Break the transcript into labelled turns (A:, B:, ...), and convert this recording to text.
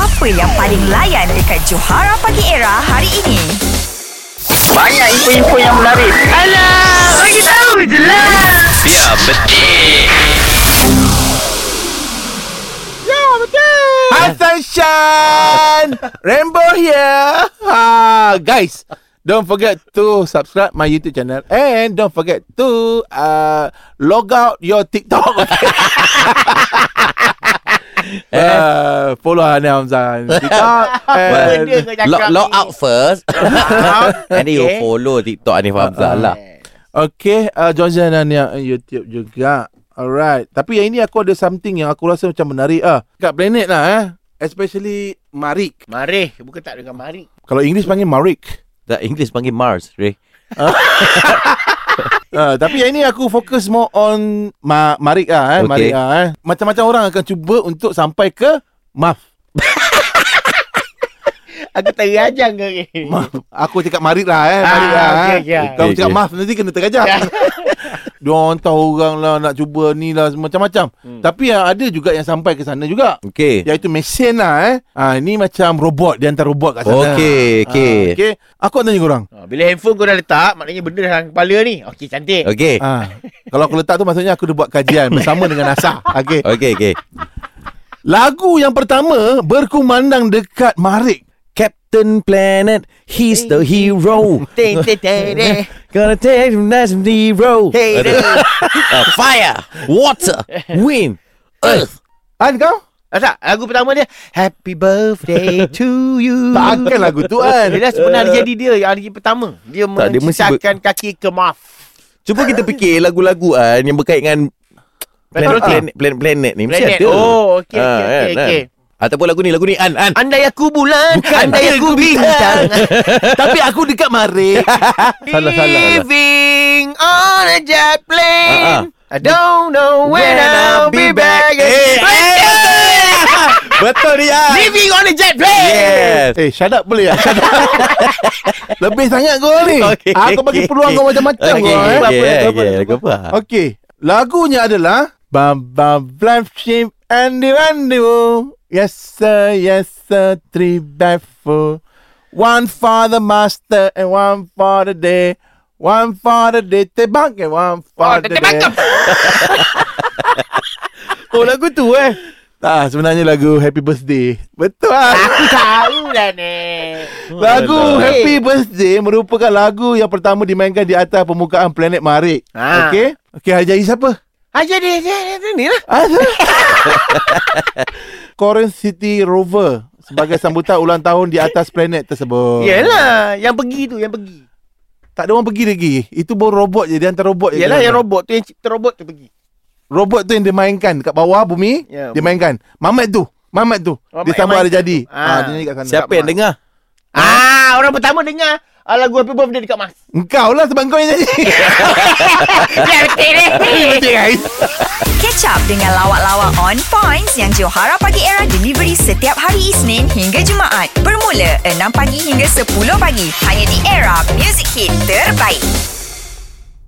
A: Apa yang paling layan dekat Johara Pagi Era hari ini?
B: Banyak info-info yang menarik. Alah, bagi tahu je lah. Ya, betul.
C: Hassan Shan Rainbow here ha, Guys Don't forget to subscribe my YouTube channel And don't forget to uh, Log out your TikTok uh, Follow Hana Hamzah on TikTok and,
D: Log, log out first
E: Ah,
D: And then you follow TikTok Anif Hamzah lah
E: eh.
C: Okay uh, John Zanan yang YouTube juga Alright Tapi yang ini aku ada something yang aku rasa macam menarik ah. Kat planet lah eh Especially Marik
E: Marih Bukan tak dengan Marih
C: Kalau English panggil Marik
D: The English panggil Mars Ray
C: Uh, tapi yang ini aku fokus more on ma- Marik ah eh,
D: Okay.
C: Marik ah eh. Macam-macam orang akan cuba untuk sampai ke maaf.
E: Aku terajang ke ni Ha,
C: Maaf. Aku cakap Marik lah eh,
E: Ah,
C: Marik lah.
E: okey,
C: eh.
E: okey, Ya. ah.
C: Kalau
D: Okey,
C: cakap
D: okey.
C: maaf nanti kena terkajak. Dia orang tahu orang lah nak cuba ni lah macam-macam. Hmm. Tapi yang ada juga yang sampai ke sana juga.
D: Okay
C: Iaitu mesin lah eh. Ah ini macam robot dia hantar robot
D: uh,
C: kat sana.
D: Okay, okay.
C: Ah, okay. Aku nak tanya korang.
E: Ha, Bila handphone kau dah letak Maknanya benda dah dalam kepala ni Okey cantik
D: Okay
C: Ah, kalau aku letak tu maksudnya aku dah buat kajian bersama dengan NASA. Okay.
D: Okay okay
C: Lagu yang pertama berkumandang dekat Marik.
D: Captain Planet He's the hero
E: Ting ting ting ting
D: Gonna take him as hero
E: Hey, hey.
D: uh, Fire Water Wind Earth
C: Han kau?
E: Tak, lagu pertama dia Happy birthday to you
C: Tak akan lagu tu kan
E: Dia dah sebenarnya jadi dia Yang hari pertama Dia
D: Tak, dia mesti
E: menciptakan kaki ke maaf
D: Cuba kita fikir lagu-lagu kan Yang berkait dengan Planet,
E: Betul.
D: planet, planet, planet ni Mesti
E: Planet.
D: ada
E: Oh, okey,
D: Ah,
E: okey,
D: kan,
E: okey,
D: kan.
E: okey.
D: Ataupun lagu ni Lagu ni An An
E: Andai aku bulan
D: Bukan.
E: Andai aku bintang
C: Tapi aku dekat Marik
D: Salah,
E: lah.
D: salah, salah.
E: Living on a jet plane I don't know Ah, when, I'll be back,
D: Eh,
E: Betul.
D: eh. Betul dia
E: Living on a jet plane
D: Yes
C: Eh shut up boleh lah Shut up Lebih sangat kau ni
D: Okey,
C: Aku bagi
D: okey,
C: peluang
D: okey.
C: kau macam-macam
D: Okey,
C: kau
D: okey,
C: eh
D: okey,
C: Apa,
D: okey,
C: apa,
D: lagu apa?
C: apa? Okey Lagunya adalah Bam bam blam shim Andy Randy Yes sir Yes sir Three by four One for the master And one for the day One for the day Tebang And one for the day
D: Oh lagu tu eh
C: Tak, Ah, sebenarnya lagu Happy Birthday. Betul lah.
E: Aku tahu dah ni
C: Lagu
E: Alah.
C: Happy Birthday merupakan lagu yang pertama dimainkan di atas permukaan planet Marik.
E: Ha.
C: Okey? Okey, Haji siapa?
E: Ajar dia Ajar dia ni lah
C: Ah, siapa? Corin City Rover sebagai sambutan ulang tahun di atas planet
E: Oh.
C: tersebut.
E: Yelah Yang pergi tu Yang pergi
C: Tak ada orang pergi lagi. Itu baru robot je, dia hantar robot je.
E: Yelah
C: Dia
E: yang
C: hantar.
E: robot tu Yang cipta robot tu pergi
C: robot tu yang dia mainkan kat bawah bumi,
E: Ya,
C: dia mainkan. Mamat tu, Mamat tu.
E: Mamat
C: dia
E: yang
C: sama
E: main
C: ada
E: tu.
C: jadi.
E: Ah.
C: Ah, dia nyanyi kat sana.
D: Siapa yang dengar
E: Ah, Orang pertama dengar ah, Lagu Happy Birthday dekat Mas
C: Engkau lah sebab kau yang nyanyi.
E: Ya betul ni
C: Okey, guys.
A: Catch up dengan lawak-lawak on points yang Johara Pagi Era delivery setiap hari Isnin hingga Jumaat. Bermula 6 pagi hingga 10 pagi. Hanya di Era Music Hit Terbaik.